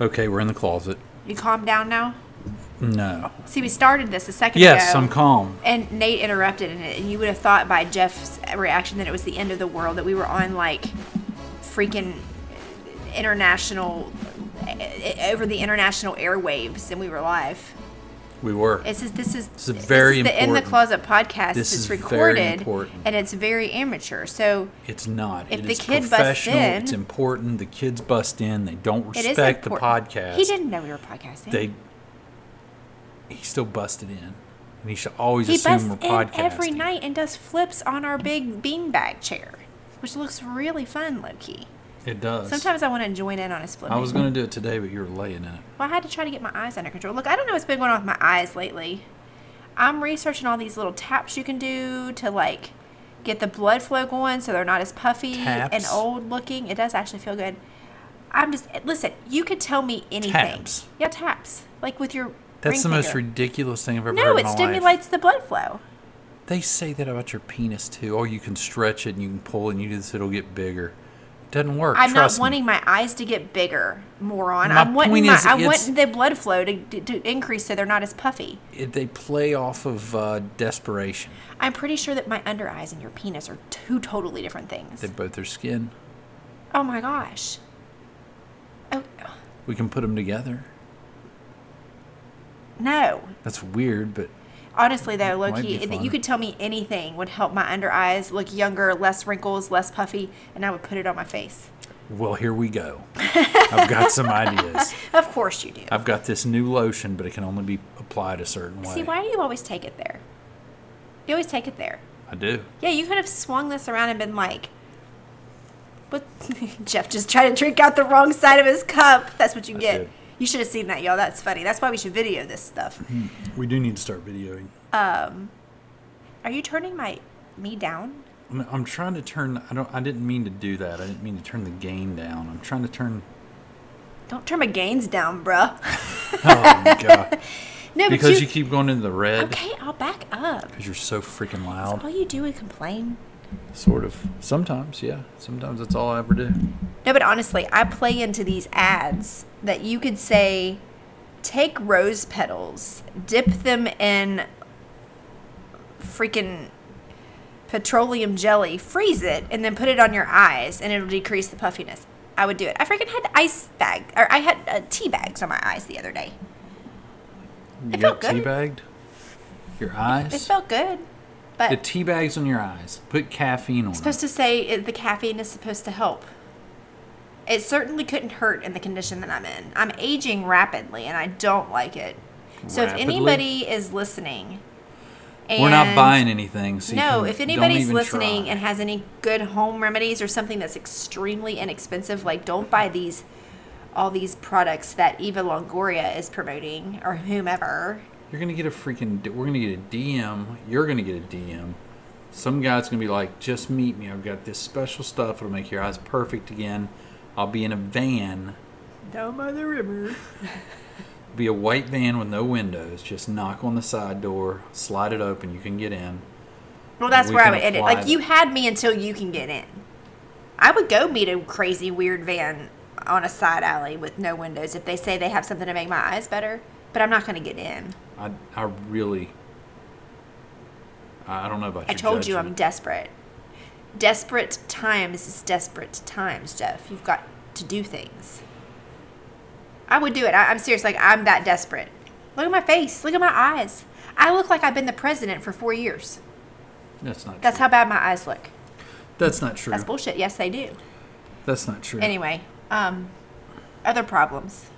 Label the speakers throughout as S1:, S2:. S1: Okay, we're in the closet.
S2: You calm down now?
S1: No.
S2: See, we started this a second
S1: Yes,
S2: ago.
S1: I'm calm.
S2: And Nate interrupted, and, and you would have thought by Jeff's reaction that it was the end of the world, that we were on like freaking international, eh, over the international airwaves, and we were live.
S1: We were.
S2: This is this is
S1: is very
S2: the in the
S1: important.
S2: closet podcast.
S1: This
S2: it's
S1: is very
S2: recorded,
S1: important.
S2: and it's very amateur. So
S1: It's not.
S2: If
S1: It
S2: the
S1: is
S2: kid busts
S1: professional.
S2: in-
S1: it's important. The kids bust in. They don't
S2: it is
S1: respect the
S2: important.
S1: podcast.
S2: He didn't know we were podcasting.
S1: They. He still busted in, and he should always
S2: he busts
S1: assume
S2: in
S1: we're podcasting.
S2: every night and does flips on our big beanbag chair, which looks really fun, Loki.
S1: It does.
S2: Sometimes I want to join in on his flipping.
S1: I was gonna do it today, but you were laying in it.
S2: Well, I had to try to get my eyes under control. Look, I don't know what's been going on with my eyes lately. I'm researching all these little taps you can do to like get the blood flow going so they're not as puffy and
S1: Taps?
S2: old looking. It does actually feel good. I'm just listen. You could tell me anything.
S1: Taps?
S2: Yeah, taps. Like with your.
S1: That's the
S2: ring
S1: most
S2: finger.
S1: ridiculous thing I've ever heard
S2: No,
S1: in
S2: it
S1: my life.
S2: stimulates the blood flow.
S1: They say that about your penis too. Oh, you can stretch it and you can pull and you do this, it'll get bigger. It doesn't work.
S2: I'm
S1: trust
S2: not wanting my eyes to get bigger, moron.
S1: My
S2: I'm wanting
S1: point
S2: my,
S1: is
S2: I
S1: it's-
S2: want the blood flow to, to, to increase so they're not as puffy.
S1: me. It, they play off of uh, desperation.
S2: I'm pretty sure that my under eyes and your penis are two totally different things.
S1: They both are skin.
S2: Oh my gosh. Oh
S1: We can put them together.
S2: no.
S1: That's weird, but
S2: Honestly though,
S1: Might
S2: Loki,
S1: be
S2: that
S1: fun.
S2: you could tell me anything would help my under eyes look younger, less wrinkles, less puffy, and I would put it on my face.
S1: well, here we go. I've got some ideas.
S2: Of course you do.
S1: I've got this new lotion, but it can only be applied a certain way.
S2: See, why do you always take it there? You always take it there.
S1: I do.
S2: Yeah, you could have swung this around and been like, "What?" Jeff just tried to drink out the wrong side of his cup. That's what you
S1: I
S2: get.
S1: did.
S2: You should have seen that, y'all. That's funny. That's why we should video this stuff.
S1: We do need to start videoing.
S2: Are you turning my me down?
S1: I'm, I'm trying to turn. I don't. I didn't mean to do that. I didn't mean to turn the gain down. I'm trying to turn.
S2: Don't turn my gains down, bruh.
S1: Oh my god!
S2: No,
S1: Because
S2: but
S1: you,
S2: you.
S1: keep going into the red.
S2: okay, I'll back up.
S1: Because you're so freaking
S2: All
S1: loud.
S2: you do is complain.
S1: Sort of. Sometimes, yeah. Sometimes that's all I ever do.
S2: No, but honestly, I play into these ads that you could say take rose petals, dip them in freaking petroleum jelly, freeze it, and then put it on your eyes, and it'll decrease the puffiness. I would do it. I freaking had ice bag, or I had uh, tea bags on my eyes the other day.
S1: You
S2: It
S1: got
S2: felt good.
S1: teabagged? Your
S2: It
S1: eyes?
S2: felt good, but
S1: The tea bags on your eyes. Put caffeine on them.
S2: supposed to say it- the caffeine is supposed to help. It certainly couldn't hurt in the condition that I'm in. I'm aging rapidly and I don't like it. So if
S1: Rapidly?
S2: anybody is listening, and
S1: We're not buying anything. So you
S2: No,
S1: can-
S2: if
S1: don't
S2: anybody's
S1: even
S2: listening
S1: try.
S2: and has any good home remedies or something that's extremely inexpensive, like don't buy these all these products that Eva Longoria is promoting or whomever.
S1: You're going to get a freaking. d- We're going to get a DM. You're going to get a DM. Some guy's going to be like, just meet me. I've got this special stuff. It'll make your eyes perfect again. I'll be in a van. Down by the river. be a white van with no windows. Just knock on the side door, slide it open. You can get in.
S2: Well, that's
S1: We
S2: where I
S1: can
S2: would end it.
S1: apply
S2: Like
S1: the-
S2: you had me until you can get in. I would go meet a crazy weird van on a side alley with no windows if they say they have something to make my eyes better. But I'm not going to get in.
S1: I, I really, I I don't know about
S2: I
S1: your
S2: told you I'm
S1: judgment.
S2: desperate. Desperate times is desperate times, Jeff. You've got to do things. I would do it. I, I'm serious. Like I'm that desperate. Look at my face. Look at my eyes. I look like I've been the president for four years.
S1: That's not.
S2: That's
S1: true.
S2: how bad my eyes look.
S1: That's not true.
S2: That's
S1: That's,
S2: bullshit. Yes, they do.
S1: not true.
S2: Anyway, um, other problems.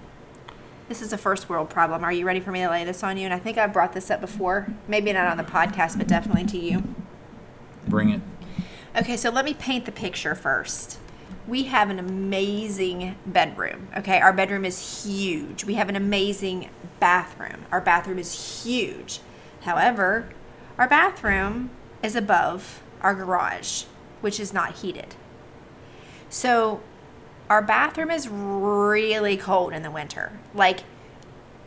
S2: This is a first world problem. Are you ready for me to lay this on you? And I think I brought this up before, maybe not on the podcast, but definitely to you.
S1: Bring it.
S2: Okay, so let me paint the picture first. We have an amazing bedroom. Okay, our bedroom is huge. We have an amazing bathroom. Our bathroom is huge. However, our bathroom is above our garage, which is not heated. So, our bathroom is really cold in the winter. Like,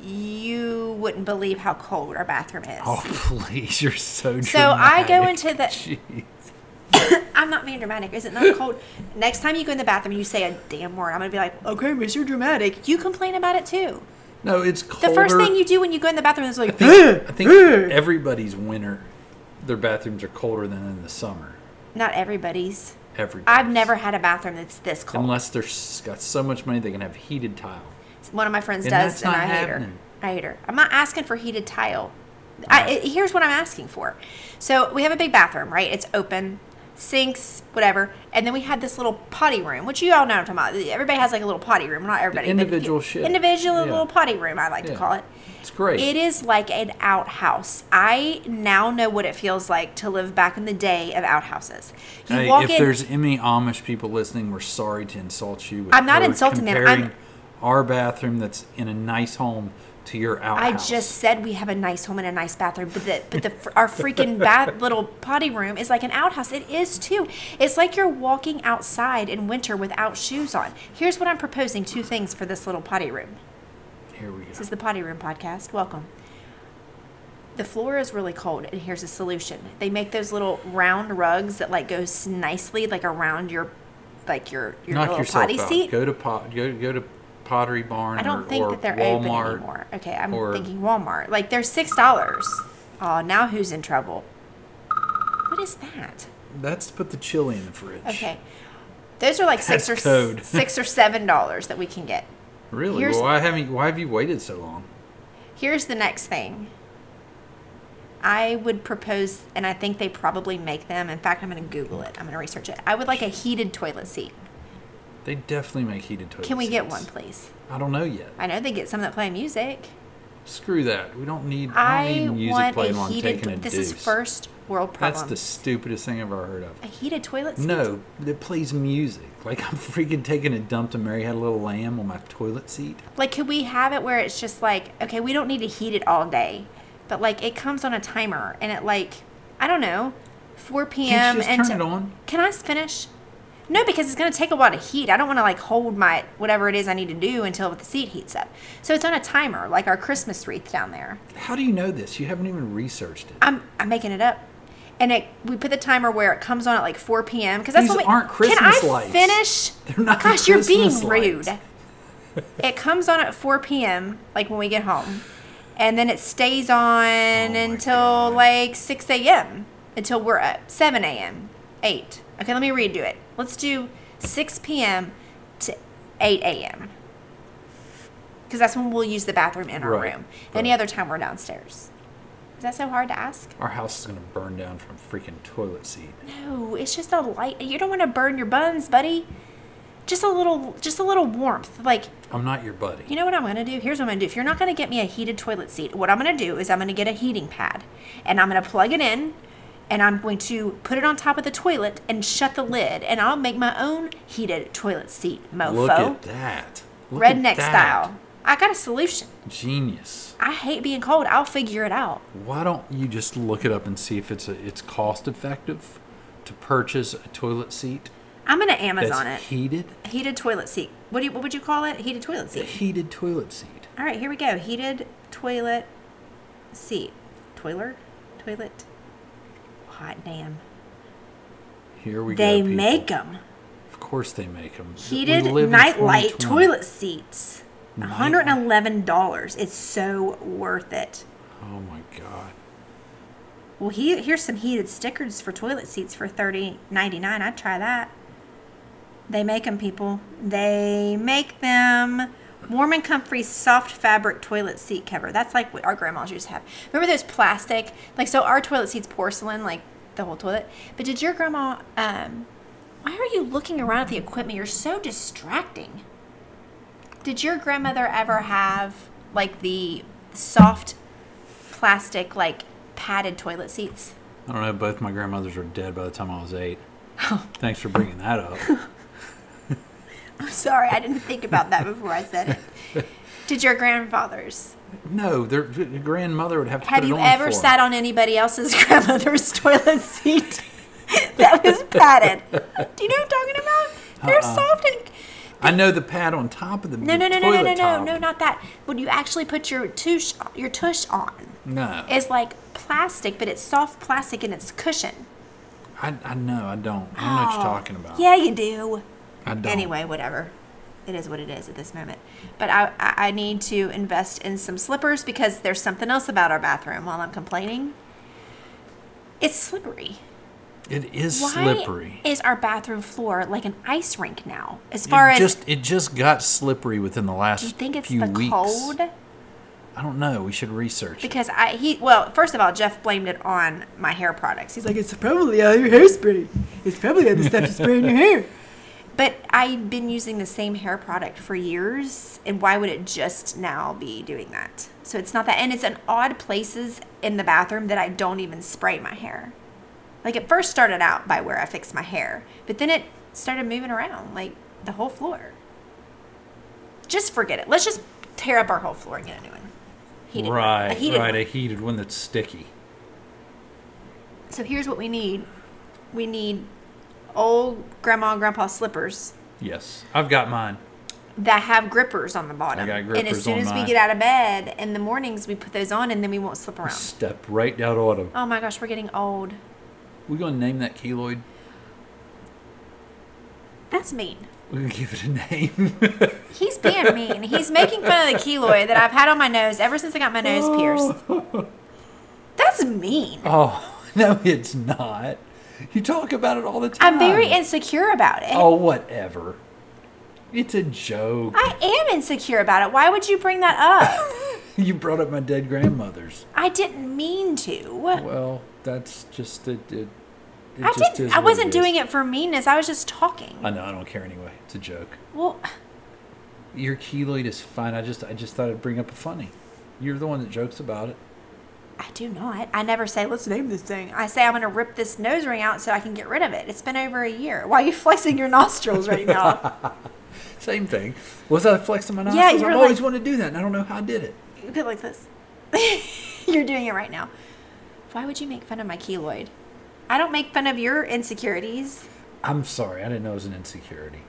S2: you wouldn't believe how cold our bathroom is.
S1: Oh please, you're so.
S2: So I go
S1: dramatic.
S2: into the-
S1: Jeez.
S2: I I'm not being dramatic. Is it not cold? Next time you go in the bathroom, you say a damn word. I'm gonna be like, okay, Mr. Dramatic. You complain about it too.
S1: No, it's
S2: The
S1: colder.
S2: first thing you do when you go in the bathroom is like,
S1: I think, I think everybody's winter, their bathrooms are colder than in the summer.
S2: not everybody's.
S1: Everybody.
S2: I've never had a bathroom that's this cold.
S1: Unless they're s- got so much money they can have heated tile.
S2: One of my friends
S1: And that's
S2: does, and
S1: not
S2: I hate her.
S1: happening.
S2: I hate her. I'm not asking for heated tile. I, it- here's what I'm asking for. So we have a big bathroom, right? It's open, sinks, whatever, and then we had this little potty room, which you all know what I'm talking about. Everybody has like a little potty room. Not everybody. but
S1: individual shit.
S2: Individual
S1: Yeah.
S2: little potty room, I like to
S1: Yeah.
S2: call it.
S1: It's great.
S2: It is like an outhouse. I now know what it feels like to live back in the day of outhouses. You
S1: Hey,
S2: walk
S1: if
S2: in.
S1: there's any Amish people listening, we're sorry to insult you. with-
S2: I'm not
S1: or
S2: insulting them. I'm-
S1: comparing our bathroom that's in a nice home to your
S2: I
S1: outhouse.
S2: just said we have a nice home and a nice bathroom, but the, but the our freaking bath little potty room is like an outhouse. It is too. It's like you're walking outside in winter without shoes on. Here's what I'm proposing: two things for this little potty room.
S1: Here we go.
S2: This is the Potty Room Podcast. Welcome. The floor is really cold, and here's a solution. They make those little round rugs that like goes nicely like around your, like your your
S1: Knock
S2: little
S1: yourself
S2: potty
S1: out.
S2: seat.
S1: Go to pot. Go go to Pottery Barn.
S2: I don't
S1: or,
S2: think
S1: or
S2: that they're
S1: Walmart.
S2: open anymore. Okay, I'm
S1: or-
S2: thinking Walmart. Like they're six dollars. Oh, now who's in trouble? What is that?
S1: That's to put the chili in the fridge.
S2: Okay, those are like six
S1: That's
S2: or s-
S1: code.
S2: six or seven dollars that we can get.
S1: Really?
S2: Here's-
S1: Well, why haven't? Why have you waited so long?
S2: Here's the next thing. I would propose, and I think they probably make them. In fact, I'm going to Google it. I'm going to research it. I would like a heated toilet seat.
S1: They definitely make heated toilet
S2: Can we get one,
S1: seats.
S2: please?
S1: I don't know yet.
S2: I know they get some that play music.
S1: Screw that. We don't need. I
S2: I
S1: don't need music
S2: want
S1: playing
S2: a
S1: while I'm
S2: heated.
S1: taking a
S2: this is
S1: deuce.
S2: first world problem.
S1: That's the stupidest thing I've ever heard of.
S2: a heated toilet seat.
S1: No, that plays music. Like I'm freaking taking a dump to Mary Had a Little Lamb on my toilet seat.
S2: Like, could we have it where it's just like, okay, we don't need to heat it all day, but like it comes on a timer and it like, I don't know, 4 p.m.
S1: Can't you just
S2: and
S1: turn it on?
S2: Can I finish? No, because it's gonna take a while to heat. I don't want to like hold my whatever it is I need to do until the seat heats up. So it's on a timer, like our Christmas wreath down there.
S1: How do you know this? You haven't even researched it.
S2: I'm I'm making it up. And it, we put the timer where it comes on at like 4 p.m. because that's
S1: These
S2: what we
S1: aren't Christmas
S2: Can I
S1: lights.
S2: finish?
S1: They're not
S2: Gosh, you're being
S1: Christmas
S2: rude.
S1: lights.
S2: it comes on at 4 p.m. like when we get home, and then it stays on until
S1: Oh God.
S2: like 6 a.m. until we're up 7 a.m. 8. Okay, let me redo it. Let's do 6 p.m. to 8 a.m. Because that's when we'll use the bathroom in our
S1: Right,
S2: room. Any
S1: right.
S2: other time we're downstairs. Is that so hard to ask?
S1: Our house is gonna burn down from freaking toilet seat.
S2: No, it's just a light. You don't want to burn your buns, buddy. Just a little, just a little warmth. Like,
S1: I'm not your buddy.
S2: you know what I'm gonna do? Here's what I'm gonna do. If you're not gonna get me a heated toilet seat, what I'm gonna do is I'm gonna get a heating pad, and I'm gonna plug it in, and I'm going to put it on top of the toilet and shut the lid, and I'll make my own heated toilet seat, mofo.
S1: Look at that. Look at
S2: Redneck
S1: that.
S2: style. I got a solution.
S1: Genius.
S2: I hate being cold. I'll figure it out.
S1: Why don't you just look it up and see if it's a, it's cost effective to purchase a toilet seat
S2: I'm gonna Amazon
S1: that's
S2: it.
S1: heated?
S2: Heated toilet seat. What do you, what would you call it? Heated toilet
S1: A
S2: seat.
S1: heated toilet seat.
S2: All right, here we go. Heated toilet seat. Toiler? Toilet? Hot damn.
S1: Here we
S2: They
S1: go. people.
S2: make 'em. make them.
S1: Of course they make them.
S2: Heated nightlight toilet seats.
S1: Nightlight.
S2: $111. It's so worth it.
S1: Oh my god.
S2: Well, he, here's some heated stickers for toilet seats for thirty ninety nine. I'd try that. They make them, people. They make them. Warm and comfy, soft fabric toilet seat cover. That's like what our grandmas used to have. Remember those plastic? Like, so our toilet seat's porcelain, like the whole toilet. But did your grandma, um, why are you looking around at the equipment? You're so distracting. Did your grandmother ever have, like, the soft plastic, like, padded toilet seats?
S1: I don't know. Both my grandmothers were dead by the time I was eight.
S2: Oh.
S1: Thanks for bringing that up.
S2: Sorry, I didn't think about that before I said it. Did your grandfather's?
S1: no, their, their grandmother would have to
S2: Have
S1: put it
S2: you
S1: on
S2: ever
S1: for 'em.
S2: sat on anybody else's grandmother's toilet seat that was padded? Do you know what I'm talking about? They're
S1: Uh-uh.
S2: soft and
S1: I know the pad on top of the
S2: no, no, no, no,
S1: toilet
S2: no, no, no,
S1: top.
S2: no, not that. When you actually put your tush, your tush on,
S1: No.
S2: it's like plastic, but it's soft plastic and it's cushioned.
S1: I, I know. I don't. I don't know what you're talking about.
S2: Oh, Yeah, you do.
S1: I don't.
S2: Anyway, whatever. It is what it is at this moment. But I, I I need to invest in some slippers because there's something else about our bathroom while I'm complaining. It's slippery.
S1: It is
S2: Why
S1: slippery.
S2: is our bathroom floor like an ice rink now? As far
S1: it
S2: as
S1: just it just got slippery within the last
S2: do you think it's
S1: few
S2: the
S1: weeks.
S2: cold?
S1: I don't know. We should research. it.
S2: Because I he well, first of all, Jeff blamed it on my hair products. He's like,
S3: Like it's probably all your hairspray. It's probably all the stuff you spray in your hair.
S2: But I've been using the same hair product for years, and why would it just now be doing that? So it's not that, and it's in odd places in the bathroom that I don't even spray my hair. Like it first started out by where I fixed my hair, but then it started moving around like the whole floor. Just forget it. Let's just tear up our whole floor and get a new one. Heated one.
S1: right,
S2: A heated
S1: right.
S2: one.
S1: A heated one that's sticky.
S2: So here's what we need. We need old grandma and grandpa slippers
S1: Yes, I've got mine.
S2: that have grippers on the bottom.
S1: I got
S2: and
S1: grippers
S2: as soon
S1: on
S2: as we
S1: mine.
S2: get out of bed in the mornings, we put those on and then we won't slip around.
S1: Step right out of them.
S2: Oh my gosh, we're getting old.
S1: We're gonna name that keloid.
S2: That's mean.
S1: We're gonna give it a name.
S2: He's being mean. He's making fun of the keloid that I've had on my nose ever since I got my nose pierced. That's mean.
S1: oh no, it's not. You talk about it all the time.
S2: I'm very insecure about it.
S1: Oh whatever. It's a joke.
S2: I am insecure about it. Why would you bring that up?
S1: you brought up my dead grandmother's.
S2: I didn't mean to.
S1: Well, that's just it. it, it
S2: I
S1: just is
S2: didn't. I
S1: what
S2: wasn't
S1: is.
S2: doing it for meanness. I was just talking.
S1: I know. I don't care anyway. It's a joke.
S2: Well,
S1: Your keloid is fine. I just I just thought I'd bring up a funny. You're the one that jokes about it.
S2: I do not. I never say, let's name this thing. I say, I'm going to rip this nose ring out so I can get rid of it. It's been over a year. Why are you flexing your nostrils right now?
S1: Same thing. Was I flexing my
S2: Yeah,
S1: nostrils?
S2: you're
S1: I've always
S2: like-
S1: wanted to do that, and I don't know how I did it.
S2: you go like this. You're doing it right now. Why would you make fun of my keloid? I don't make fun of your insecurities.
S1: I'm sorry. I didn't know it was an insecurity.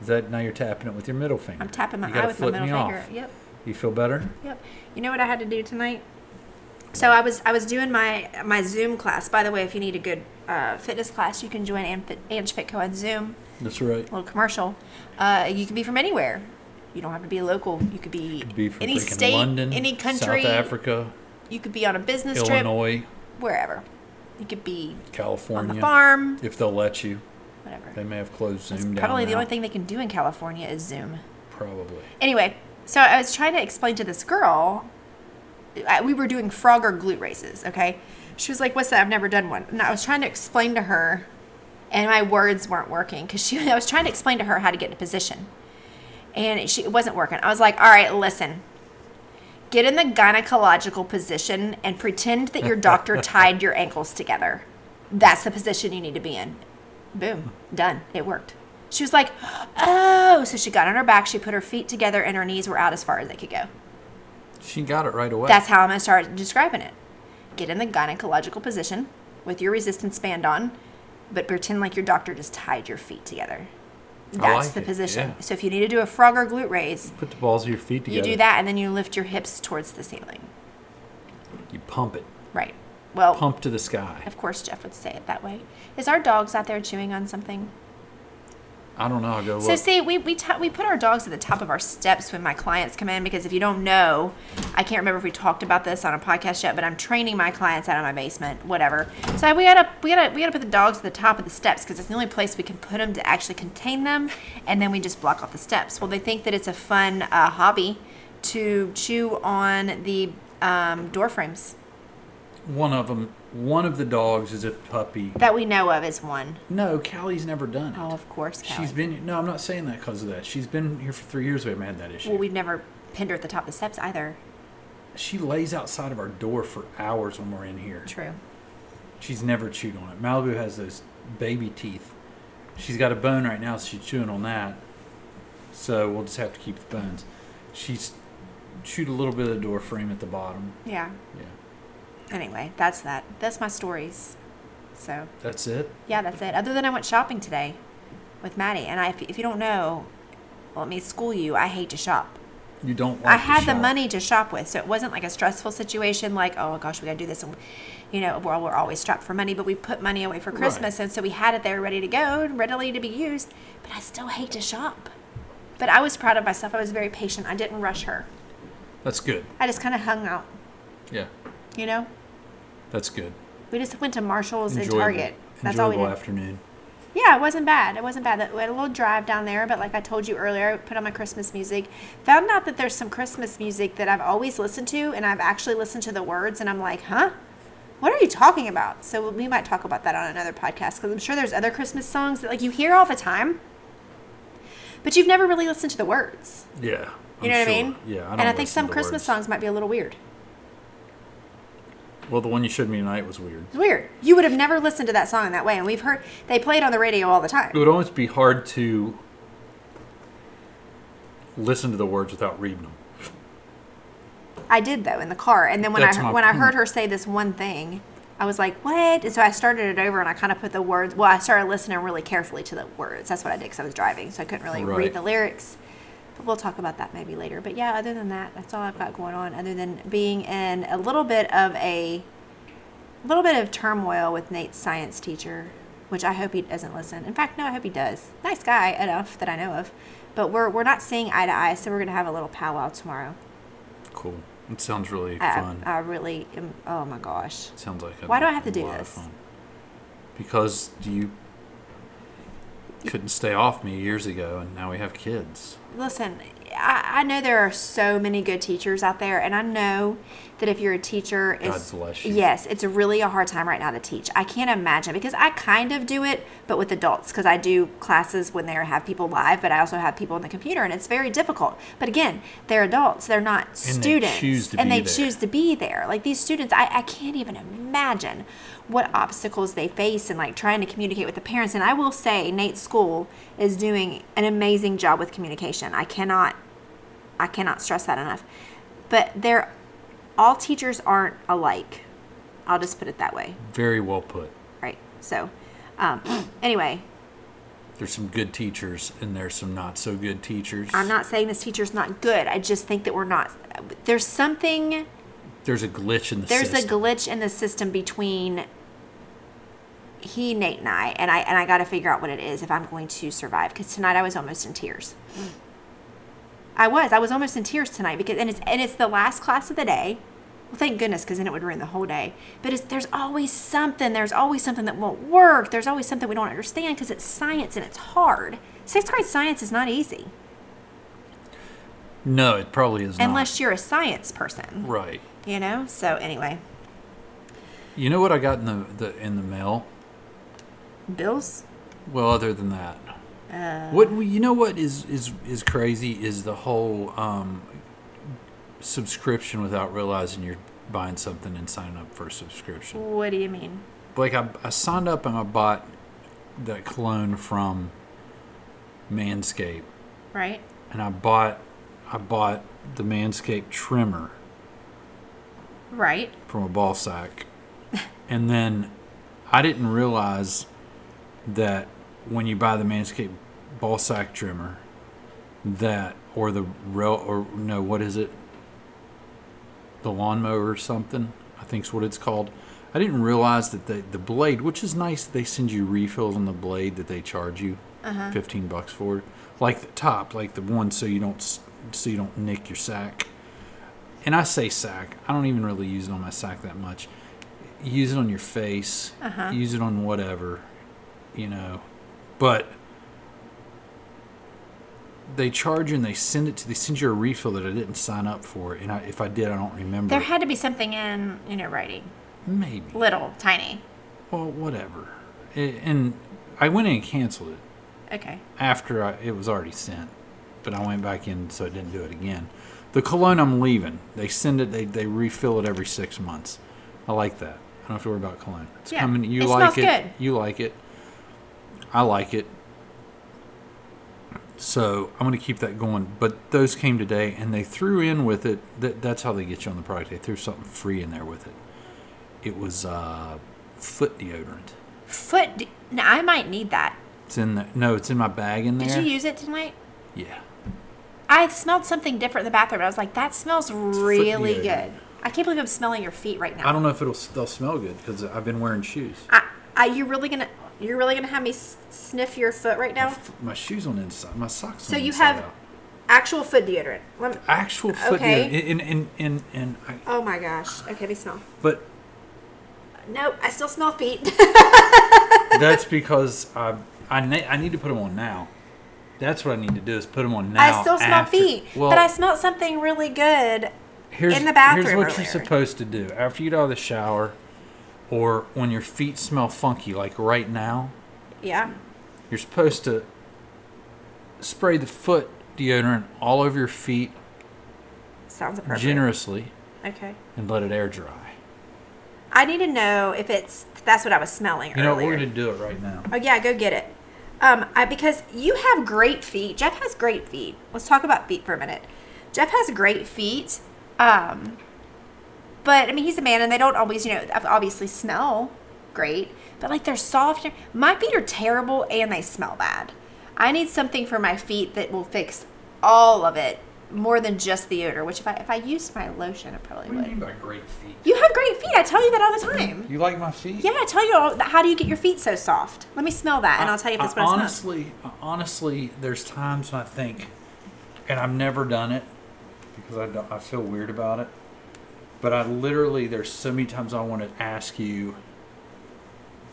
S1: Is that now you're tapping it with your middle finger?
S2: I'm tapping my
S1: You
S2: eye
S1: gotta
S2: with my
S1: flip
S2: middle
S1: me off.
S2: finger. Yep.
S1: You feel better?
S2: Yep. You know what I had to do tonight? So I was I was doing my my Zoom class. By the way, if you need a good uh, fitness class, you can join Anf- Ange Fitco on Zoom.
S1: That's right.
S2: little commercial. Uh, you can be from anywhere. You don't have to be local. You could be,
S1: Be from
S2: any
S1: freaking
S2: state,
S1: London,
S2: any country.
S1: South Africa,
S2: You could be on a business
S1: Illinois,
S2: trip, wherever. You could be on
S1: California.
S2: the farm,
S1: If they'll let you,
S2: whatever.
S1: they may have closed Zoom
S2: That's
S1: down.
S2: probably the
S1: now.
S2: only thing they can do in California is Zoom.
S1: Probably.
S2: Anyway, so I was trying to explain to this girl. I, we were doing Frogger glute races, okay? She was like, "What's that? I've never done one." And I was trying to explain to her, and my words weren't working because she. I was trying to explain to her how to get into position, and she it wasn't working. I was like, "All right, listen." Get in the gynecological position and pretend that your doctor tied your ankles together. That's the position you need to be in. Boom, done. It worked. She was like, oh. So she got on her back, she put her feet together, and her knees were out as far as they could go.
S1: She got it right away.
S2: That's how I'm going to start describing it. Get in the gynecological position with your resistance band on, but pretend like your doctor just tied your feet together. That's
S1: like
S2: the
S1: it,
S2: position.
S1: yeah.
S2: So if you need to do a frog or glute raise,
S1: Put the balls of your feet
S2: you
S1: together.
S2: do that and then you lift your hips towards the ceiling.
S1: You pump it.
S2: Right. Well,
S1: Pump to the sky.
S2: of course, Jeff would say it that way. Is our dogs out there chewing on something?
S1: I don't know. I'll go
S2: So
S1: look.
S2: see, we we, ta- we put our dogs at the top of our steps when my clients come in because if you don't know, I can't remember if we talked about this on a podcast yet, but I'm training my clients out of my basement, whatever. So we gotta we gotta we gotta put the dogs at the top of the steps because it's the only place we can put them to actually contain them, and then we just block off the steps. Well, they think that it's a fun uh, hobby to chew on the um, door frames
S1: one of them, one of the dogs is a puppy.
S2: that we know of is one.
S1: No, Callie's never done it.
S2: Oh, of course, Callie.
S1: She's been no. I'm not saying that because of that. She's been here for three years. We haven't had that issue.
S2: well, we've never pinned her at the top of the steps either.
S1: she lays outside of our door for hours when we're in here.
S2: True.
S1: She's never chewed on it. Malibu has those baby teeth. She's got a bone right now, so she's chewing on that. So we'll just have to keep the bones. She's chewed a little bit of the door frame at the bottom.
S2: Yeah.
S1: Yeah,
S2: anyway, that's that. That's my stories. So
S1: that's it.
S2: yeah, that's it. Other than I went shopping today with Maddie, and I, if, if you don't know, let me school you. I hate to shop.
S1: You don't like
S2: I had the
S1: shop.
S2: money to shop with, so it wasn't like a stressful situation. Like, oh gosh, we gotta do this, and you know, well, we're always strapped for money, but we put money away for Christmas, and so we had it there, ready to go, and readily to be used. But I still hate to shop. But I was proud of myself. I was very patient. I didn't rush her.
S1: That's good.
S2: I just kind of hung out.
S1: Yeah,
S2: You know,
S1: that's good.
S2: we just went to Marshalls
S1: Enjoyable,
S2: and Target. That's all we
S1: enjoyable
S2: did.
S1: afternoon.
S2: Yeah, it wasn't bad. It wasn't bad. That- We had a little drive down there, but like I told you earlier, I put on my Christmas music. Found out that there's some Christmas music that I've always listened to, and I've actually listened to the words, and I'm like, huh? What are you talking about? So we might talk about that on another podcast because I'm sure there's other Christmas songs that like you hear all the time, but you've never really listened to the words.
S1: Yeah,
S2: You
S1: I'm
S2: know what I
S1: sure.
S2: mean?
S1: Yeah, I don't
S2: and I think
S1: listen
S2: some
S1: to
S2: Christmas
S1: words.
S2: songs might be a little weird.
S1: Well, the one you showed me tonight was weird.
S2: It's weird. You would have never listened to that song that way, and we've heard they play it on the radio all the time.
S1: It would almost be hard to listen to the words without reading them.
S2: I did though in the car, and then when
S1: That's
S2: I
S1: my
S2: when I heard
S1: point.
S2: her say this one thing, I was like, "What?" And so I started it over, and I kind of put the words. Well, I started listening really carefully to the words. That's what I did because I was driving, so I couldn't really
S1: Right.
S2: read the lyrics. But we'll talk about that maybe later. But yeah, other than that, that's all I've got going on. Other than being in a little bit of a little bit of turmoil with Nate's science teacher, which I hope he doesn't listen. In fact, no, I hope he does. Nice guy enough that I know of. But we're, we're not seeing eye to eye, so we're going to have a little powwow tomorrow.
S1: Cool. It sounds really
S2: I,
S1: fun.
S2: I really am. Oh my gosh.
S1: Sounds like a
S2: Uh, Why do I have to do
S1: lot of
S2: this?
S1: fun. Because you couldn't stay off me years ago, and now we have kids.
S2: Listen, I, I know there are so many good teachers out there, and I know that if you're a teacher, it's,
S1: God bless you.
S2: Yes, it's really a hard time right now to teach. I can't imagine because I kind of do it, but with adults because I do classes when they have people live, but I also have people on the computer, and it's very difficult. But again, they're adults; they're not
S1: And they
S2: students,
S1: choose to
S2: and
S1: be
S2: they
S1: there.
S2: choose to be there. Like these students, I, I can't even imagine what obstacles they face and like trying to communicate with the parents. And I will say, Nate's school is doing an amazing job with communication. I cannot, I cannot stress that enough. But they're all teachers aren't alike. I'll just put it that way,
S1: Very well put.
S2: right? So, um, anyway,
S1: There's some good teachers, and there's some not so good teachers.
S2: I'm not saying this teacher's not good. I just think that we're not. There's something.
S1: There's a glitch in the
S2: there's
S1: system.
S2: a glitch in the system between he nate and i and i and i got to figure out what it is if i'm going to survive because tonight i was almost in tears i was i was almost in tears tonight because and it's and it's the last class of the day well thank goodness because then it would ruin the whole day but it's, there's always something there's always something that won't work there's always something we don't understand because it's science and it's hard sixth grade science is not easy
S1: no, it probably is not.
S2: unless you're a science person
S1: right.
S2: you know so anyway
S1: You know what I got in the, the in the mail?
S2: bills
S1: Well, other than that, what we- you know what is is is crazy is the whole um, subscription without realizing you're buying something and signing up for a subscription.
S2: what do you mean
S1: Like I, I signed up and I bought that cologne from Manscaped,
S2: right
S1: and I bought I bought the Manscaped trimmer
S2: Right.
S1: from a ball sack. and then I didn't realize that when you buy the Manscaped ball sack trimmer, that or the rel or no, what is it? The lawnmower or something, I think's what it's called. I didn't realize that the the blade, which is nice, they send you refills on the blade that they charge you fifteen bucks for, like the top, like the one, so you don't s- so you don't nick your sack and I say sack. I don't even really use it on my sack that much. Use it on your face. Use it on whatever, you know. But they charge you and they send it to. They send you a refill that I didn't sign up for, and I, if I did, I don't remember.
S2: There had to be something in, you know, writing.
S1: Maybe.
S2: Little, tiny.
S1: Well, whatever. A- and I went in and canceled it.
S2: Okay.
S1: after I, it was already sent, but I went back in so I didn't do it again. The cologne I'm leaving, they send it, they, they refill it every six months. I like that. I don't have to worry about cologne. It's
S2: Yeah.
S1: coming. You
S2: It
S1: like
S2: smells
S1: it.
S2: good.
S1: You like it. I like it. So I'm going to keep that going. But those came today, and they threw in with it. That, that's how they get you on the product. They threw something free in there with it. It was uh, foot deodorant.
S2: Foot. d- Now, I might need that.
S1: It's in the no, it's in my bag in there.
S2: Did you use it tonight?
S1: Yeah.
S2: I smelled something different in the bathroom. and I was like, that smells really
S1: good.
S2: good. I can't believe I'm smelling your feet right now.
S1: I don't know if it'll s- they'll smell good because I've been wearing shoes.
S2: I, I, you're really gonna, you're really gonna have me s- sniff your foot right now.
S1: F- My shoes on the inside, my socks.
S2: So
S1: on the
S2: you
S1: inside
S2: have
S1: out.
S2: actual foot deodorant. Let me,
S1: actual foot
S2: Okay.
S1: deodorant, and and and, and I,
S2: oh my gosh. Okay, let me smell.
S1: but
S2: Nope, I still smell feet.
S1: that's because I I, ne- I need to put them on now. That's what I need to do is put them on now.
S2: I still smell
S1: after-
S2: feet,
S1: Well,
S2: but I smelled something really good
S1: here's,
S2: in the bathroom
S1: Here's what
S2: earlier.
S1: you're supposed to do after you get out of the shower, or when your feet smell funky, like right now.
S2: yeah.
S1: You're supposed to spray the foot deodorant all over your feet
S2: Sounds appropriate.
S1: generously
S2: Okay.
S1: and let it air dry.
S2: I need to know if it's that's what I was smelling
S1: You know,
S2: earlier.
S1: we're going to do it right now.
S2: oh yeah, go get it. Um, I, because you have great feet. Jeff has great feet. Let's talk about feet for a minute. Jeff has great feet. Um, but I mean, he's a man, and they don't always, you know, obviously smell great. But like they're soft. My feet are terrible, and they smell bad. I need something for my feet that will fix all of it, more than just the odor. Which if I if I used my lotion, I probably
S1: What do you mean
S2: would.
S1: by great feet?
S2: You have great feet. I tell you that all the time.
S1: You like my feet?
S2: Yeah, I tell you all, how do you get your feet so soft? Let me smell that, and I'll tell you if it's
S1: I,
S2: what
S1: I
S2: I smell.
S1: honestly, I honestly, there's times when I think, and I've never done it because I, don't, I feel weird about it. But I literally, there's so many times I want to ask you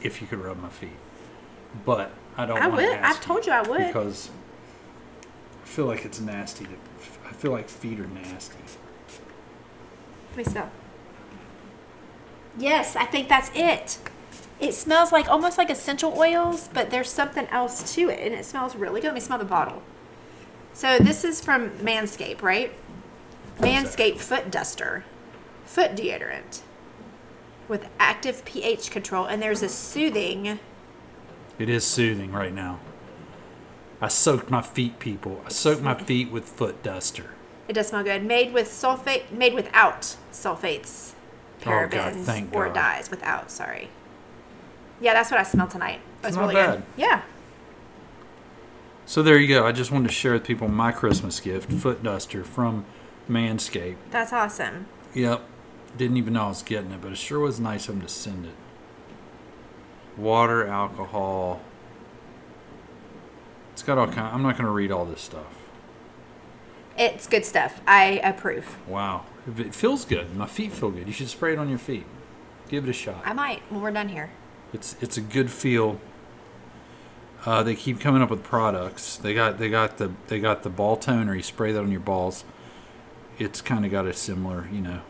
S1: if you could rub my feet, but I don't.
S2: I
S1: want
S2: would.
S1: To ask
S2: I've told you I would.
S1: because I feel like it's nasty. To, I feel like feet are nasty.
S2: Let me smell. Yes, I think that's it. It smells like almost like essential oils, but there's something else to it, and it smells really good. Let me smell the bottle. So this is from Manscaped, right? Manscaped foot duster, foot deodorant with active pH control, and there's a soothing.
S1: It is soothing right now. I soaked my feet, people. I soaked my feet with foot duster.
S2: It does smell good. Made with sulfate, made without sulfates,
S1: Oh, God,
S2: parabens,
S1: thank
S2: or
S1: God.
S2: dyes. Without, sorry. Yeah, that's what I smelled tonight. It was
S1: It's not
S2: really
S1: bad.
S2: good. Yeah,
S1: So there you go. I just wanted to share with people my Christmas gift, foot duster from Manscaped.
S2: that's awesome.
S1: Yep. Didn't even know I was getting it, but it sure was nice of them to send it. Water, alcohol. It's got all kind. I'm not going to read all this stuff.
S2: It's good stuff. I approve.
S1: Wow, it feels good. My feet feel good. You should spray it on your feet. Give it a shot.
S2: I might when we're done here.
S1: It's it's a good feel. Uh, they keep coming up with products. They got they got the they got the ball toner. You spray that on your balls. It's kind of got a similar you know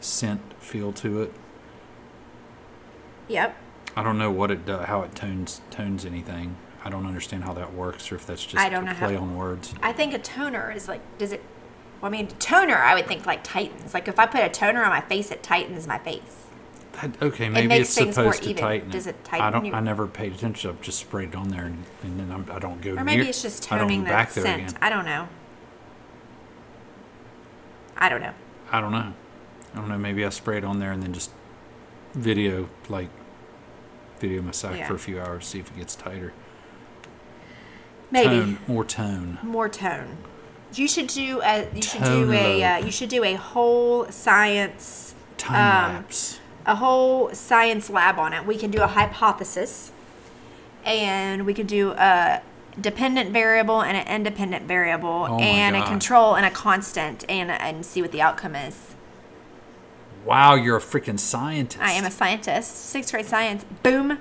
S1: scent feel to it.
S2: Yep.
S1: I don't know what it does, how it tones tones anything. I don't understand how that works, or if that's just
S2: I don't
S1: a
S2: know how-
S1: play on words.
S2: I think a toner is like, does it? Well, I mean, toner. I would think like tightens. Like if I put a toner on my face, it tightens my face.
S1: That- okay, maybe
S2: makes
S1: it's
S2: things more
S1: supposed to
S2: even.
S1: tighten.
S2: Does it
S1: I
S2: tighten
S1: don't.
S2: your-
S1: I never paid attention. I've just sprayed it on there, and, and then I'm, I don't go.
S2: Or maybe
S1: near-
S2: it's just
S1: I don't
S2: toning
S1: go
S2: the
S1: back there
S2: scent.
S1: again.
S2: I don't know. I don't know.
S1: I don't know. I don't know. Maybe I spray it on there and then just video like video my sack
S2: Yeah.
S1: for a few hours, see if it gets tighter.
S2: Maybe.
S1: Tone or tone.
S2: more tone. You should do a you should do
S1: Tone
S2: a uh,
S1: low.
S2: you should do a whole science
S1: Time
S2: Um,
S1: lapse.
S2: a whole science lab on it. We can do a hypothesis, and we can do a dependent variable and an independent variable,
S1: Oh my
S2: and a
S1: God.
S2: control and a constant, and and see what the outcome is.
S1: Wow, you're a freaking scientist.
S2: I am a scientist, sixth grade science. Boom.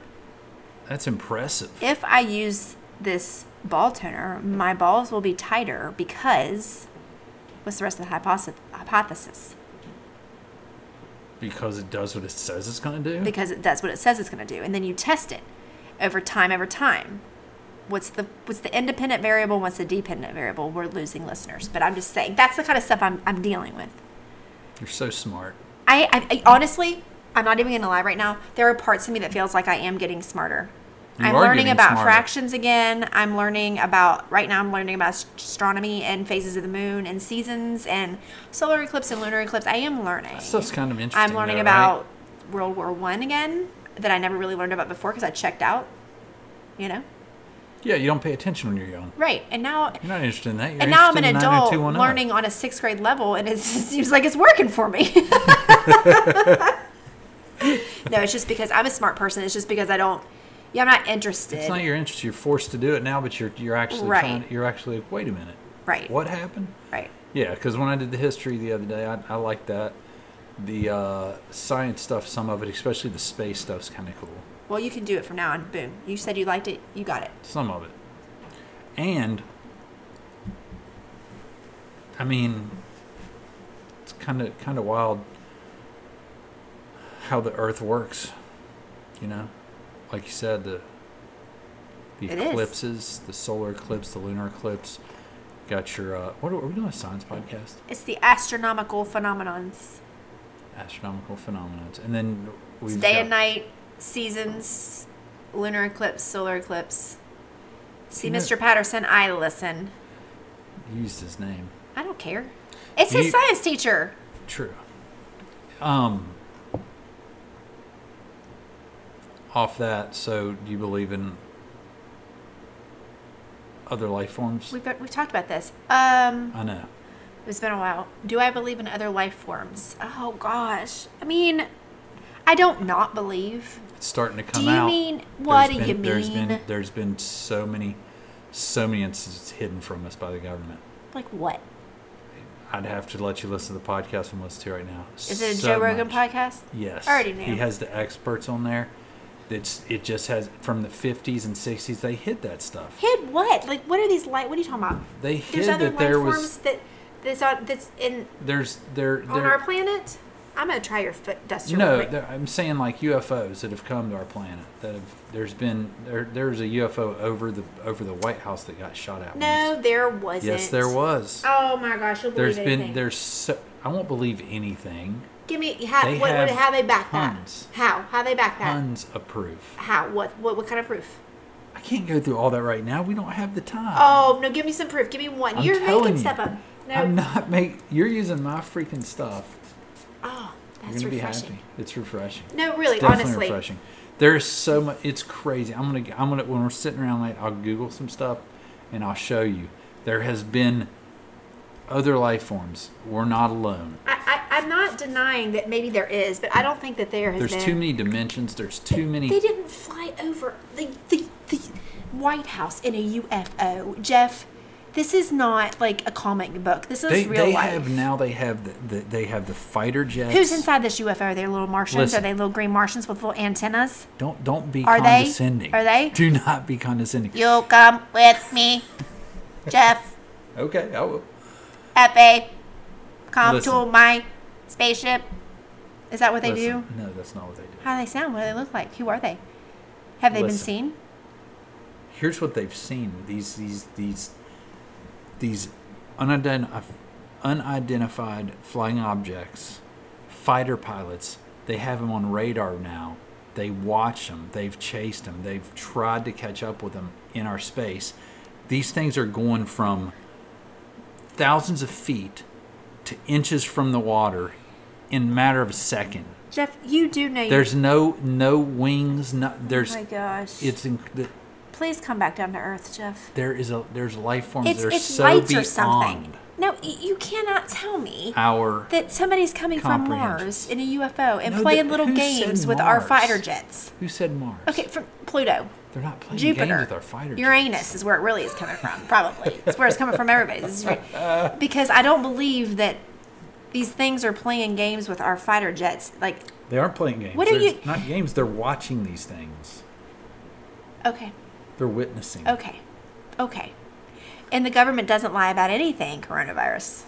S1: That's impressive.
S2: If I use this ball toner, my balls will be tighter because what's the rest of the hypothesis? hypothesis?
S1: Because it does what it says it's gonna do.
S2: because it does what it says it's going to do and then you test it over time over time what's the what's the independent variable what's the dependent variable we're losing listeners but i'm just saying that's the kind of stuff i'm, I'm dealing with
S1: You're so smart.
S2: I, I, I honestly i'm not even going to lie right now there are parts of me that feels like i am getting smarter
S1: You
S2: i'm
S1: are
S2: learning
S1: getting
S2: about
S1: smarter.
S2: fractions again i'm learning about right now i'm learning about ast- astronomy and phases of the moon and seasons and solar eclipse and lunar eclipse i am learning
S1: Stuff's kind of interesting.
S2: I'm learning
S1: though,
S2: about
S1: right?
S2: World War One again that I never really learned about before because I checked out. You know,
S1: Yeah, you don't pay attention when you're young.
S2: Right. And now
S1: You're not interested in that. You're
S2: and now I'm an
S1: interested in
S2: adult
S1: 90210.
S2: learning on a sixth grade level, and it's- it seems like it's working for me. no, it's just because I'm a smart person. It's just because I don't. Yeah, I'm not interested.
S1: It's not your interest. You're forced to do it now, but you're you're actually
S2: Right.
S1: trying. You're actually like, wait a minute.
S2: Right.
S1: What happened?
S2: Right.
S1: Yeah, because when I did the history the other day, I, I liked that. The uh, science stuff, some of it, especially the space stuff's kind of cool.
S2: Well, you can do it from now on. Boom. You said you liked it. You got it.
S1: Some of it, and I mean, it's kind of kind of wild how the Earth works. You know, like you said, the the
S2: It is.
S1: eclipses, the solar eclipse, the lunar eclipse. Got your uh, what are, are we doing a science podcast?
S2: It's the astronomical phenomenons.
S1: astronomical phenomena. And then
S2: It's
S1: we
S2: day and night, seasons, lunar eclipse, solar eclipse. See,
S1: You know-
S2: Mr. Patterson, I listen.
S1: used his name.
S2: I don't care. It's
S1: You-
S2: his science teacher.
S1: True. Um. Off that, so do you believe in other life forms?
S2: We've, we've talked about this. Um,
S1: I know.
S2: It's been a while. Do I believe in other life forms? Oh gosh. I mean, I don't not believe.
S1: It's starting to come
S2: you
S1: out.
S2: mean- what
S1: There's
S2: do you
S1: been- There's been
S2: mean?
S1: there's been so many so many instances hidden from us by the government.
S2: Like what?
S1: I'd have to let you listen to the podcast and listen to it right now.
S2: Is it a
S1: So
S2: Joe Rogan
S1: much.
S2: podcast?
S1: Yes.
S2: I already knew.
S1: He has the experts on there. It's it just has from the 50s and 60s they hid that stuff.
S2: Hid what? Like what are these light? What are you talking about?
S1: They
S2: There's
S1: hid
S2: other
S1: that
S2: life
S1: there
S2: forms
S1: was
S2: that that's on that's in
S1: there's there
S2: on
S1: there
S2: our planet. I'm gonna try your foot duster. real
S1: no,
S2: quick.
S1: there, I'm saying like UFOs that have come to our planet. That have there's been there there's a UFO over the over the White House that got shot at. once.
S2: no, there wasn't.
S1: Yes, there was.
S2: Oh my gosh, you'll believe
S1: there's
S2: it.
S1: been there's so, I won't believe anything.
S2: Give me how
S1: they
S2: what,
S1: have
S2: what, how they back
S1: tons.
S2: that? How how they back that?
S1: Tons of proof.
S2: How what what what kind of proof?
S1: I can't go through all that right now. We don't have the time.
S2: Oh no, give me some proof. Give me one.
S1: Um, I'm
S2: You're
S1: telling
S2: making
S1: you.
S2: stuff up. No,
S1: I'm not make. You're using my freaking stuff.
S2: Oh,
S1: You're
S2: that's
S1: gonna
S2: refreshing.
S1: be happy. It's refreshing.
S2: No, really,
S1: It's definitely
S2: honestly.
S1: refreshing. There's so much. It's crazy. I'm gonna. I'm gonna. When we're sitting around late, I'll Google some stuff, and I'll show you. There has been other life forms. We're not alone.
S2: I, I, I'm not denying that maybe there is, but I don't think that there has
S1: There's
S2: been.
S1: too many dimensions. There's too many.
S2: They didn't fly over the, the, the White House in a UFO. Jeff, this is not like a comic book. This is
S1: They,
S2: real
S1: they
S2: life.
S1: have now. They have the, the. They have the fighter jets.
S2: Who's inside this UFO? Are they little Martians?
S1: Listen.
S2: Are they little green Martians with little antennas?
S1: Don't don't be
S2: Are they?
S1: condescending.
S2: Are they?
S1: Do not be condescending.
S2: You'll come with me, Jeff,
S1: Okay, I will.
S2: Epe. Come to
S1: Listen.
S2: my spaceship. Is that what they do?
S1: Listen, No, that's not what they do.
S2: How do they sound? What do they look like? Who are they? Have they
S1: Listen.
S2: been seen?
S1: here's what they've seen these these these these unidentified, unidentified flying objects fighter pilots they have them on radar now they watch them they've chased them they've tried to catch up with them in our space these things are going from thousands of feet to inches from the water in a matter of a second
S2: Jeff, you do know.
S1: there's no no wings no, there's
S2: Oh my gosh.
S1: it's in, the,
S2: Please come back down to earth, Jeff.
S1: there is a there's life forms
S2: It's
S1: that are
S2: it's
S1: so
S2: lights
S1: beyond
S2: or something. No, y- you cannot tell me
S1: our
S2: that somebody's coming from Mars
S1: Comprehension.
S2: in a UFO and
S1: No,
S2: playing
S1: that-
S2: little
S1: who said
S2: games with our
S1: Mars?
S2: fighter jets.
S1: who said Mars?
S2: Okay, from Pluto,
S1: they're not playing games
S2: Jupiter,
S1: with our fighter.
S2: Uranus is where it really is coming from. Probably it's where it's coming from. Everybody's This is right. because I don't believe that these things are playing games with our fighter jets. Like,
S1: jets. They aren't playing games.
S2: What are
S1: There's
S2: you-
S1: Not games. They're watching these things.
S2: okay,
S1: They're witnessing.
S2: Okay. Okay. And the government doesn't lie about anything coronavirus.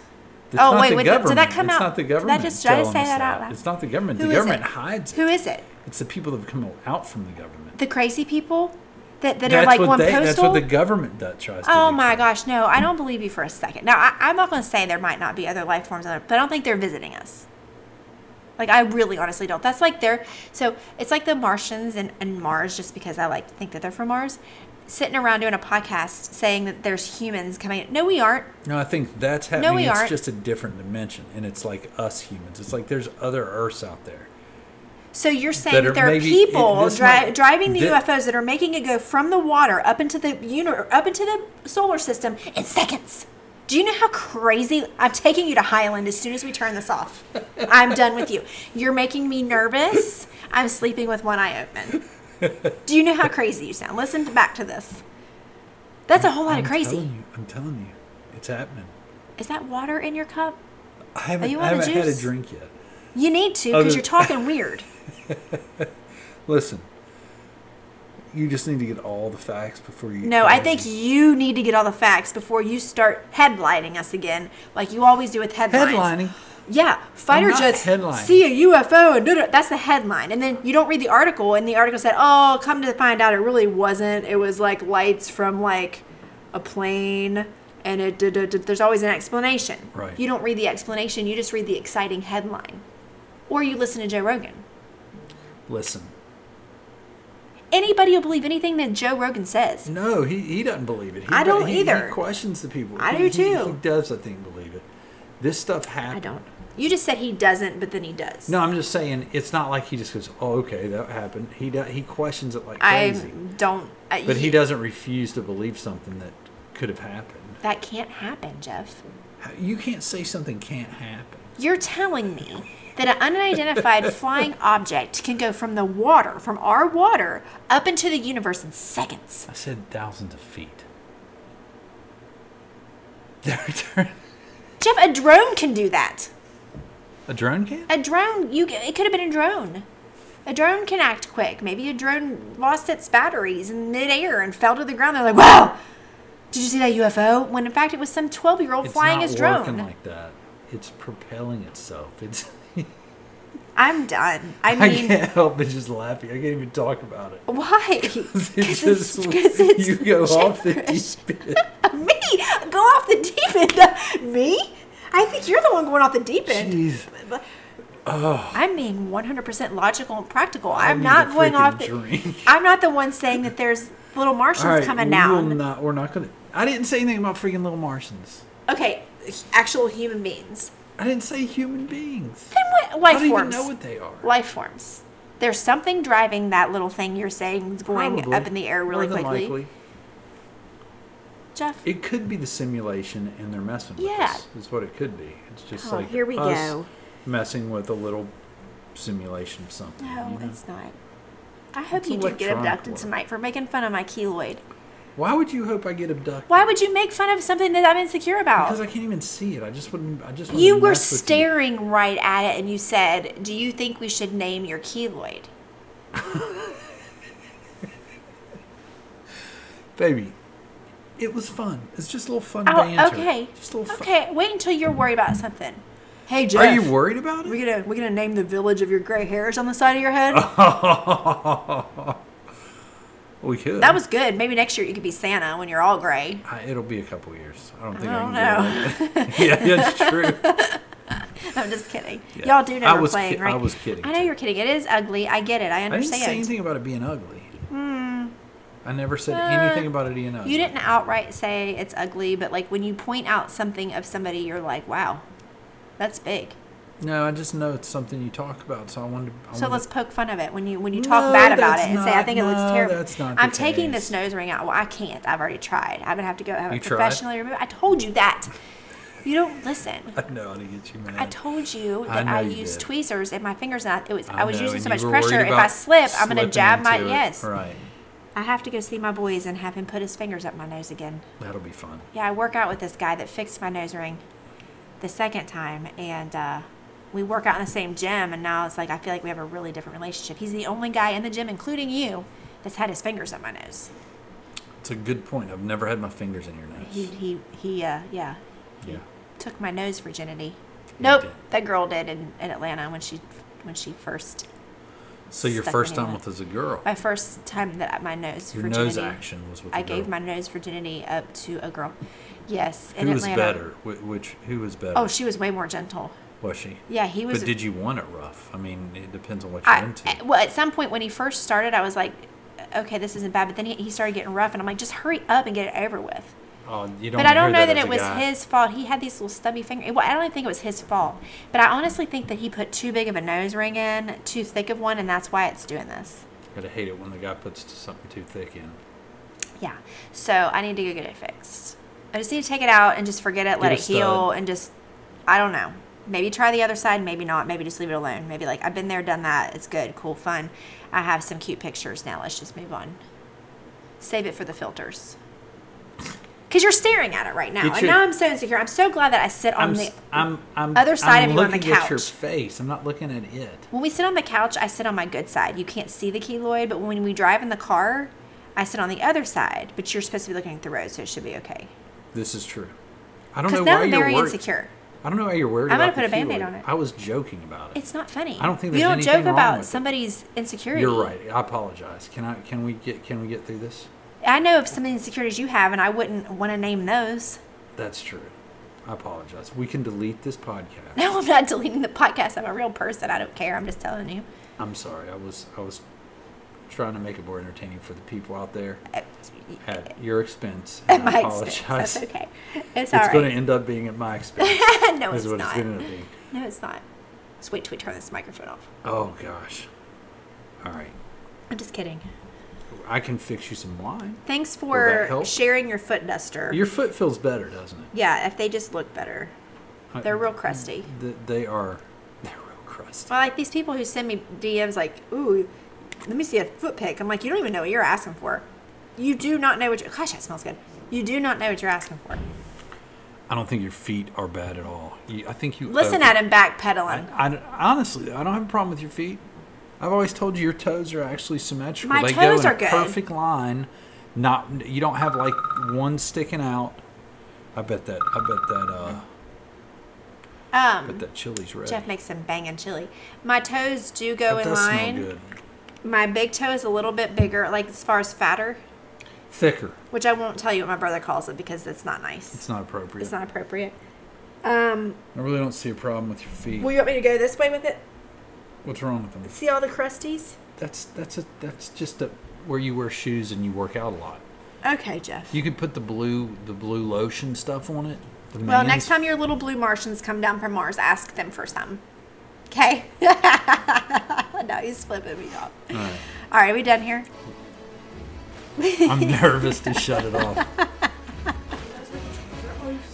S1: It's
S2: Oh,
S1: not
S2: wait,
S1: the
S2: wait, did-
S1: government.
S2: did that come
S1: it's
S2: out-
S1: Not the
S2: did I
S1: government
S2: just- did I
S1: telling
S2: say
S1: us
S2: that out loud?
S1: It's not the government.
S2: Who
S1: the
S2: is
S1: government
S2: it?
S1: hides
S2: Who
S1: it.
S2: is it?
S1: It's the people that have come out from the government.
S2: The crazy people that, that are
S1: that's
S2: like
S1: what
S2: one
S1: they,
S2: postal?
S1: That's what the government does, tries to
S2: oh
S1: do.
S2: my gosh, no, I don't believe you for a second. Now, I, I'm not going to say there might not be other life forms, on Earth, but I don't think they're visiting us. Like, I really honestly don't. That's like they're, so it's like the Martians and, and Mars, just because I like to think that they're from Mars, sitting around doing a podcast saying that there's humans coming. No, we aren't.
S1: No, I think that's happening.
S2: we
S1: it's
S2: aren't.
S1: just a different dimension, and it's like us humans. It's like there's other Earths out there.
S2: So you're saying
S1: That
S2: that,
S1: are
S2: there are
S1: maybe-
S2: people
S1: this
S2: dri-
S1: might-
S2: driving the
S1: thi-
S2: UFOs that are making it go from the water up into the uni- up into the solar system in seconds. Do you know how crazy? I'm taking you to Highland as soon as we turn this off. I'm done with you. You're making me nervous. I'm sleeping with one eye open. Do you know how crazy you sound? Listen to- back to this. That's a whole lot
S1: I'm
S2: of crazy.
S1: telling you, I'm telling you, it's happening.
S2: Is that water in your cup?
S1: I haven't,
S2: you
S1: I
S2: on a
S1: haven't had a
S2: juice?
S1: drink yet.
S2: You need to
S1: Other-
S2: because you're talking weird.
S1: Listen, you just need to get all the facts before you.
S2: No, I think you need to get all the facts before you start headlining us again, like you always do with headlines.
S1: headlining.
S2: Yeah, fighter
S1: not
S2: jets
S1: headlining.
S2: see a UFO and da-da- that's the headline, and then you don't read the article, and the article said, "Oh, come to find out, it really wasn't. It was like lights from like a plane." And it, da- da- da- there's always an explanation.
S1: Right.
S2: You don't read the explanation. You just read the exciting headline, or you listen to Joe Rogan.
S1: Listen,
S2: Anybody will believe anything that Joe Rogan says.
S1: no, he, he doesn't believe it. He,
S2: I don't
S1: he-
S2: either.
S1: He questions the people.
S2: I
S1: He-
S2: do
S1: he-
S2: too.
S1: He does, I think, believe it. This stuff
S2: I
S1: happened.
S2: don't. You just said he doesn't, but then he does.
S1: No, I'm just saying it's not like he just goes, "Oh, okay, that happened." He do, he questions it like
S2: I
S1: crazy,
S2: don't. I,
S1: but he doesn't refuse to believe something that could have happened.
S2: That can't happen, Jeff.
S1: How- You can't say something can't happen.
S2: You're telling me that an unidentified flying object can go from the water, from our water, up into the universe in seconds.
S1: I said thousands of feet. Their turn.
S2: Jeff, a drone can do that.
S1: A drone can?
S2: A drone, you ca- it could have been a drone. A drone can act quick. Maybe a drone lost its batteries in midair and fell to the ground. They're like, "Wow, did you see that UFO?" When in fact it was some twelve-year-old
S1: It's
S2: flying
S1: not
S2: his drone.
S1: working like that. It's propelling itself. It's.
S2: I'm done. I
S1: I
S2: mean,
S1: can't help but just laughing. I can't even talk about it.
S2: Why?
S1: It's
S2: Because
S1: just you go off the deep end.
S2: Me go off the deep end. Uh, Me? I think you're the one going off the deep end.
S1: Jeez.
S2: I'm being 100% logical and practical. I'm
S1: need
S2: not
S1: a
S2: going off the.
S1: freaking drink.
S2: I'm not the one saying that there's little Martians
S1: All right,
S2: coming
S1: we
S2: down.
S1: will not. We're not gonna. I didn't say anything about freaking little Martians.
S2: Okay, actual human beings.
S1: I didn't say human beings.
S2: Then what?
S1: I
S2: Life
S1: don't even
S2: forms.
S1: know what they are.
S2: Life forms. There's something driving that little thing you're saying is going
S1: Probably.
S2: up in the air really
S1: More than
S2: quickly.
S1: likely.
S2: Jeff.
S1: It could be the simulation, and they're messing with
S2: Yeah.
S1: us. Is what it could be. It's just
S2: Oh,
S1: like
S2: here we
S1: us
S2: go.
S1: messing with a little simulation of something.
S2: No,
S1: you know?
S2: it's not. I hope
S1: It's
S2: you do get
S1: electronic
S2: abducted
S1: work.
S2: tonight for making fun of my keloid.
S1: Why would you hope I get abducted?
S2: Why would you make fun of something that I'm insecure
S1: Because I
S2: about?
S1: can't even see it. I just wouldn't. I just wouldn't
S2: You were
S1: mess with you.
S2: staring right at it and you said, Do you think we should name your keloid?
S1: baby. It was fun. It's just a little fun
S2: Oh,
S1: banter.
S2: okay.
S1: Just a little fun.
S2: Okay, wait until you're worried about something. Hey, Jeff.
S1: Are you worried about
S2: We
S1: it?
S2: gonna we gonna name the village of your gray hairs on the side of your head?
S1: Oh. we could.
S2: That was good. Maybe next year you could be Santa when you're all gray.
S1: I, it'll be a couple years. I don't think I,
S2: I don't
S1: can
S2: know.
S1: do it. yeah, that's true.
S2: I'm just kidding.
S1: Yeah.
S2: Y'all do know
S1: I
S2: we're
S1: was
S2: playing,
S1: ki- I
S2: right?
S1: was kidding,
S2: I know
S1: too.
S2: you're kidding. It is ugly. I get it. I
S1: I didn't
S2: understand.
S1: say anything about it being ugly. I never said
S2: Hmm. Uh,
S1: anything about it being ugly.
S2: You didn't outright say it's ugly, but like when you point out something of somebody, you're like, wow, that's big.
S1: No, I just know it's something you talk about, so I wanted. To, I
S2: So
S1: wanted
S2: let's poke fun of it when you when you talk
S1: No,
S2: bad about
S1: that's
S2: it and say I
S1: not-
S2: think it
S1: no,
S2: looks terrible.
S1: that's not the
S2: I'm taking
S1: case.
S2: this nose ring out. Well, I can't. I've already tried. I'm gonna have to go have
S1: You
S2: it
S1: tried?
S2: professionally removed. I told you that. You don't listen.
S1: I know how to get you mad.
S2: I told you
S1: I
S2: that
S1: know
S2: I,
S1: you
S2: used
S1: did.
S2: tweezers in my fingers, and I, it was I,
S1: I
S2: was
S1: know,
S2: using so
S1: and
S2: much
S1: you were worried
S2: pressure. If I
S1: about
S2: slip, I'm gonna
S1: slipping
S2: jab my
S1: into it.
S2: yes.
S1: Right.
S2: I have to go see my boys and have him put his fingers up my nose again.
S1: That'll be fun.
S2: Yeah, I work out with this guy that fixed my nose ring the second time, and uh, we work out in the same gym. And now it's like I feel like we have a really different relationship. He's the only guy in the gym, including you, that's had his fingers up my nose.
S1: It's a good point. I've never had my fingers in your nose.
S2: He he he. Uh, yeah,
S1: yeah.
S2: took my nose virginity.
S1: He
S2: Nope,
S1: did.
S2: that girl did in, in Atlanta when she when she first
S1: So your
S2: Stuck
S1: first
S2: it in
S1: time
S2: it.
S1: with us a girl.
S2: my first time that my nose
S1: Your
S2: virginity.
S1: nose action was with. a
S2: I gave
S1: girl.
S2: my nose virginity up to a girl. Yes, in
S1: Who was
S2: Atlanta.
S1: better? Which, which who was better?
S2: Oh, she was way more gentle.
S1: was she?
S2: Yeah, he was.
S1: But did you want it rough? I mean, it depends on what you're
S2: I,
S1: into.
S2: eh, well, at some point when he first started, I was like, okay, this isn't bad. But then he, he started getting rough, and I'm like, just hurry up and get it over with.
S1: oh, Oh, you don't
S2: But I don't
S1: hear
S2: know that
S1: as
S2: it
S1: a
S2: was
S1: guy.
S2: his fault. He had these little stubby fingers. Well, I don't even think it was his fault. But I honestly think that he put too big of a nose ring in, too thick of one, and that's why it's doing this.
S1: Gotta hate it when the guy puts something too thick in.
S2: Yeah. So I need to go get it fixed. I just need to take it out and just forget it, let
S1: a
S2: it heal,
S1: stud.
S2: and just, I don't know. Maybe try the other side, maybe not. Maybe just leave it alone. Maybe like, I've been there, done that. It's good, cool, fun. I have some cute pictures now. Let's just move on. Save it for the filters. Because you're staring at it right now.
S1: Get
S2: And
S1: your-
S2: now I'm so insecure. I'm so glad that I sit on
S1: I'm,
S2: the.
S1: s- I'm, I'm
S2: other side
S1: I'm
S2: of you on the
S1: looking At your
S2: couch.
S1: face. I'm not looking at it.
S2: When we sit on the couch, I sit on my good side. You can't see the keloid, but when we drive in the car, I sit on the other side. But you're supposed to be looking at the road, so it should be okay.
S1: This is true. I don't know
S2: Because now
S1: why
S2: I'm
S1: you're
S2: very
S1: worried.
S2: insecure.
S1: I don't know why you're worried.
S2: I'm gonna
S1: about the
S2: put a Band-Aid
S1: keloid.
S2: on it.
S1: I was joking about it.
S2: It's not funny.
S1: I don't think
S2: you
S1: there's
S2: don't
S1: anything
S2: joke
S1: wrong
S2: about
S1: with it.
S2: somebody's insecurity.
S1: You're right. I apologize. Can I? Can we get? Can we get through this?
S2: I know of some insecurities you have, and I wouldn't want to name those.
S1: That's true. I apologize. We can delete this podcast.
S2: No, I'm not deleting the podcast. I'm a real person. I don't care. I'm just telling you.
S1: I'm sorry. I was. I was trying to make it more entertaining for the people out there at your expense.
S2: Uh, At
S1: and
S2: my
S1: I
S2: expense,
S1: apologize.
S2: that's okay. It's,
S1: It's
S2: all
S1: going to
S2: right.
S1: end up being at my expense.
S2: no,
S1: is
S2: it's
S1: what
S2: not.
S1: it's going to be.
S2: No, it's not. Just wait till we turn this microphone off.
S1: Oh gosh. All right.
S2: I'm just kidding.
S1: I can fix you some wine.
S2: Thanks
S1: that
S2: for
S1: help?
S2: sharing your foot duster.
S1: Your foot feels better, doesn't it?
S2: yeah, if they just look better.
S1: I-
S2: They're real crusty.
S1: Th- they are. They're real crusty.
S2: Well, like these people who send me DMs, like, ooh, let me see a foot pic. I'm like, you don't even know what you're asking for. You do not know what. You're, gosh, that smells good. You do not know what you're asking for.
S1: I don't think your feet are bad at all. You, I think you
S2: Listen
S1: over-
S2: at him backpedaling.
S1: I, I- honestly, I don't have a problem with your feet. I've always told you your toes are actually symmetrical.
S2: My
S1: they
S2: toes
S1: go in
S2: are
S1: a
S2: good.
S1: perfect line. Not you don't have like one sticking out. I bet that. I bet that. Uh, I bet
S2: Um,
S1: that chili's red.
S2: Jeff makes some banging chili. My toes do go
S1: that
S2: in
S1: does
S2: line.
S1: smell good.
S2: My big toe is a little bit bigger, like as far as fatter,
S1: Thicker.
S2: which I won't tell you what my brother calls it because it's not nice.
S1: It's not appropriate.
S2: It's not appropriate. Um,
S1: I really don't see a problem with your feet.
S2: will you want me to go this way with it?
S1: What's wrong with them?
S2: See all the crusties?
S1: That's that's a that's just a where you wear shoes and you work out a lot.
S2: Okay, Jeff.
S1: You could put the blue the blue lotion stuff on it. The
S2: Well,
S1: man's-
S2: next time your little blue Martians come down from Mars, ask them for some. Okay? now he's flipping me off.
S1: All right.
S2: All right, we done here?
S1: I'm nervous to shut it off.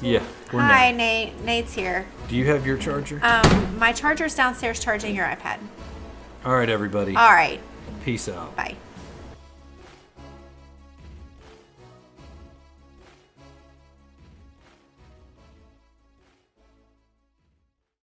S1: Yeah, we're
S2: Hi,
S1: not.
S2: Nate. Nate's here.
S1: Do you have your charger?
S2: Um, my charger's downstairs charging your iPad. uh,
S1: All right, everybody.
S2: All right,
S1: Peace out.
S2: bye.